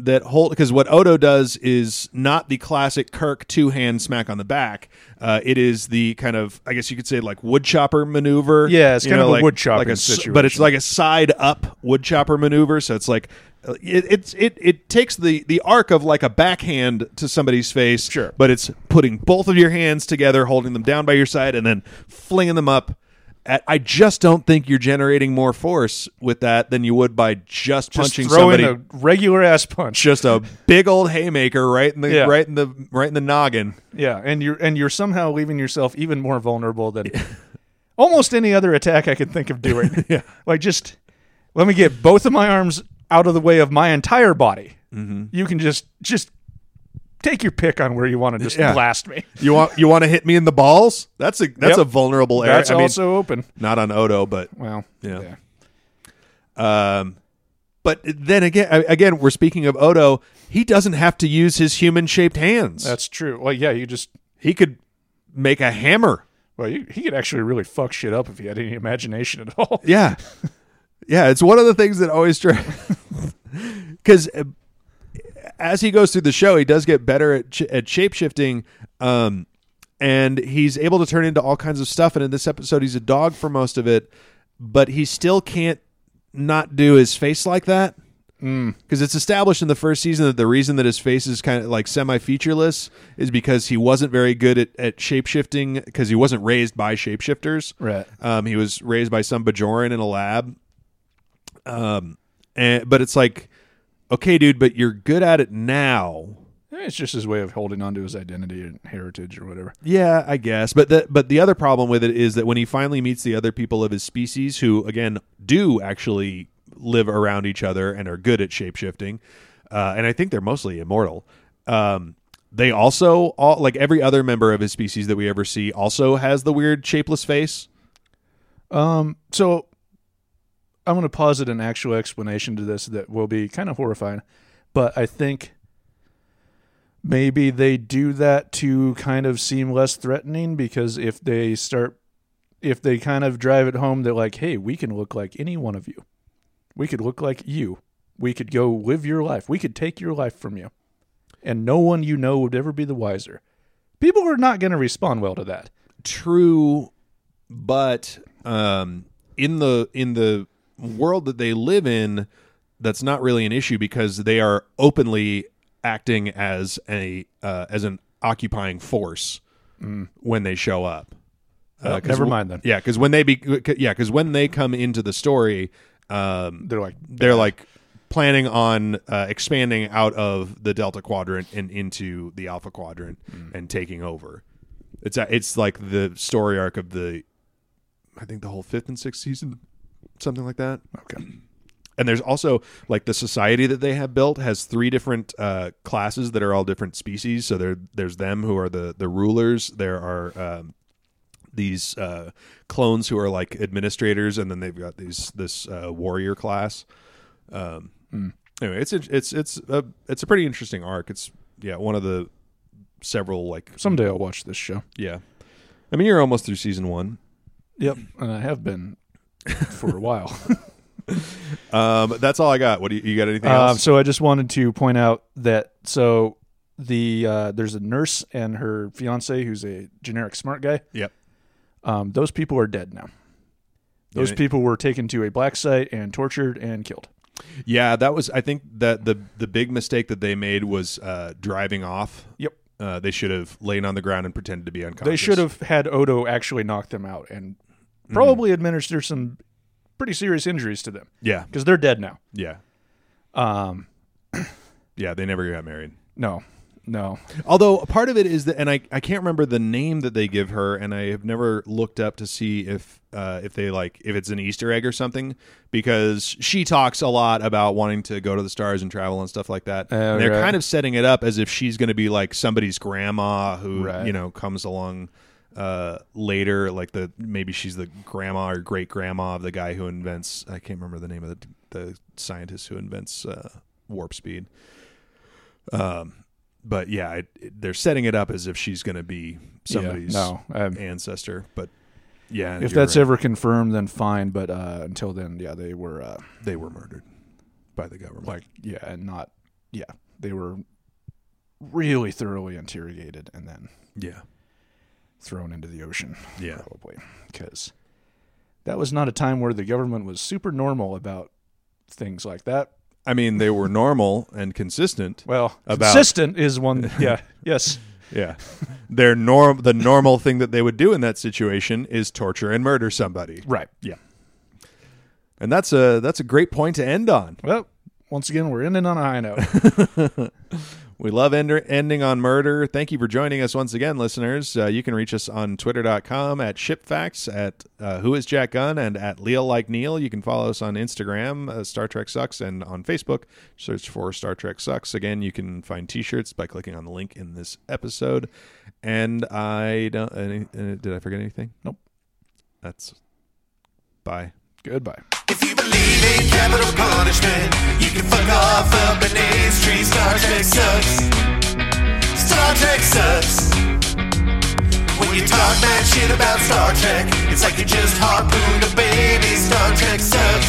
B: that whole because what Odo does is not the classic Kirk two hand smack on the back. Uh, it is the kind of I guess you could say like wood chopper maneuver.
C: Yeah, it's
B: You
C: kind of a
B: like,
C: wood chopping
B: like a, s- but it's
C: situation.
B: like a side up wood chopper maneuver. So it's like. uh, It, it's it it takes the the arc of like a backhand to somebody's face,
C: Sure.
B: but it's putting both of your hands together, holding them down by your side, and then flinging them up. At, I just don't think you're generating more force with that than you would by just,
C: Just
B: punching
C: throw in
B: somebody.
C: a regular ass punch.
B: just a big old haymaker right in the
C: Yeah.
B: right in the right in the noggin.
C: Yeah, and you're and you're somehow leaving yourself even more vulnerable than (laughs) almost any other attack I can think of
B: (laughs)
C: doing. yeah, like just let me get both of my arms out of the way of my entire body.
B: Mm-hmm.
C: You can just just take your pick on where you want to just
B: Yeah.
C: blast me.
B: You want you want to hit me in the balls? That's a that's
C: Yep.
B: a vulnerable area.
C: That's
B: I mean,
C: also open.
B: not on Odo, but
C: Well,
B: Yeah. Um, but then again, I- again, we're speaking of Odo. He doesn't have to use his human shaped hands.
C: that's true. Well, yeah, you just
B: he could make a hammer.
C: well, you, he could actually really fuck shit up if he had any imagination at all. (laughs)
B: Yeah. (laughs) Yeah, it's one of the things that always try cuz uh, as he goes through the show, he does get better at, ch- at shapeshifting um and he's able to turn into all kinds of stuff and in this episode he's a dog for most of it, but he still can't not do his face like that. Because it's established in the first season that the reason that his face is kind of like semi featureless is because he wasn't very good at, at shapeshifting because he wasn't raised by shapeshifters.
C: Right.
B: Um, he was raised by some Bajoran in a lab. Um, and, but it's like, okay, dude, but you're good at it now.
C: It's just his way of holding on to his identity and heritage or whatever.
B: Yeah, I guess. But the but the other problem with it is that when he finally meets the other people of his species, who again do actually live around each other and are good at shapeshifting, uh, and I think they're mostly immortal. Um, they also all like every other member of his species that we ever see also has the weird shapeless face.
C: Um, so I'm going to posit an actual explanation to this that will be kind of horrifying, but I think maybe they do that to kind of seem less threatening because if they start, if they kind of drive it home, they're like, hey, we can look like any one of you. We could look like you. We could go live your life. We could take your life from you. And no one you know would ever be the wiser. People are not going to respond well to that.
B: true but um in the in the world that they live in that's not really an issue because they are openly acting as a uh, as an occupying force when they show up
C: Oh,
B: Uh, 'cause
C: Mm. never
B: w-
C: mind then.
B: yeah because when they be yeah because when they come into the story um
C: They're like,
B: they're like planning on uh, expanding out of the Delta Quadrant and into the Alpha Quadrant and taking over. It's a, it's like the story arc of the, I think the whole fifth and sixth season, something like that.
C: okay.
B: And there's also like the society that they have built has three different uh, classes that are all different species. So there there's them who are the the rulers. There are um, these uh, clones who are like administrators, and then they've got these this uh, warrior class. Um, Anyway, it's a, it's it's a it's a pretty interesting arc. It's yeah one of the several like
C: Someday I'll watch this show.
B: yeah. I mean, you're almost through season one.
C: Yep, (clears throat) and I have been for a (laughs) while.
B: Um, that's all I got. What do you, you got? Anything
C: um,
B: else?
C: so I just wanted to point out that so the uh, there's a nurse and her fiance who's a generic smart guy.
B: Yep.
C: Um, those people are dead now. Those
B: Yeah.
C: people were taken to a black site and tortured and killed.
B: Yeah, that was. I think that the the big mistake that they made was uh, driving off.
C: Yep.
B: Uh, they should have lain on the ground and pretended to be unconscious.
C: They should have had Odo actually knock them out and probably administer some pretty serious injuries to them
B: Yeah,
C: because they're dead now.
B: yeah.
C: Um,
B: yeah, they never got married.
C: No, no.
B: Although a part of it is that, and I, I can't remember the name that they give her, and I have never looked up to see if uh, if they like if it's an Easter egg or something, because she talks a lot about wanting to go to the stars and travel and stuff like that. and they're
C: Oh, right.
B: kind of setting it up as if she's going to be like somebody's grandma who
C: Right.
B: you know comes along uh, later, like the maybe she's the grandma or great grandma of the guy who invents. I can't remember the name of the the scientist who invents uh, warp speed but yeah, it, it- they're setting it up as if she's going to be somebody's
C: no, um,
B: ancestor. But yeah,
C: If
B: you're
C: that's
B: right.
C: ever confirmed, then fine. But uh, until then, yeah, they were uh,
B: they were murdered by the government.
C: like, yeah, and not, yeah, they were really thoroughly interrogated and then
B: yeah,
C: thrown into the ocean,
B: yeah,
C: probably, because that was not a time where the government was super normal about things like that.
B: I mean they were normal and consistent.
C: Well,
B: About-
C: consistent is (laughs) one. Yeah. yes.
B: (laughs) Yeah, their norm the normal thing that they would do in that situation is torture and murder somebody,
C: Right.
B: and that's a that's a great point to end on.
C: Well, once again, we're ending on a high (laughs) note.
B: We love ender ending on murder. Thank you for joining us once again, listeners. Uh, you can reach us on twitter.com at shipfacts, at uh, who is Jack Gunn, and at Leo Like Neil. You can follow us on Instagram, uh, Star Trek Sucks, and on Facebook. Search for Star Trek Sucks. Again, you can find t shirts by clicking on the link in this episode. And I don't. Any, uh, did I forget anything?
C: Nope.
B: That's. Bye.
C: Goodbye.
A: If you believe in capital punishment, you can fuck off up an Ace Tree. Star Trek sucks. Star Trek sucks. When you talk that shit about Star Trek, it's like you just harpooned a baby. Star Trek sucks.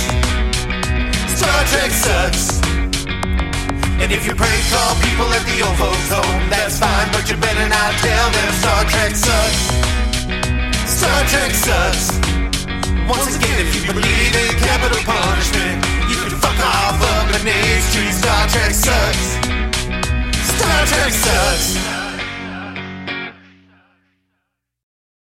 A: Star Trek sucks. And if you prank call people at the old folks home, that's fine, but you better not tell them Star Trek sucks. Star Trek sucks. Once again, if you believe in capital punishment, you can fuck off up an Ace Tree. Star Trek sucks. Star Trek sucks.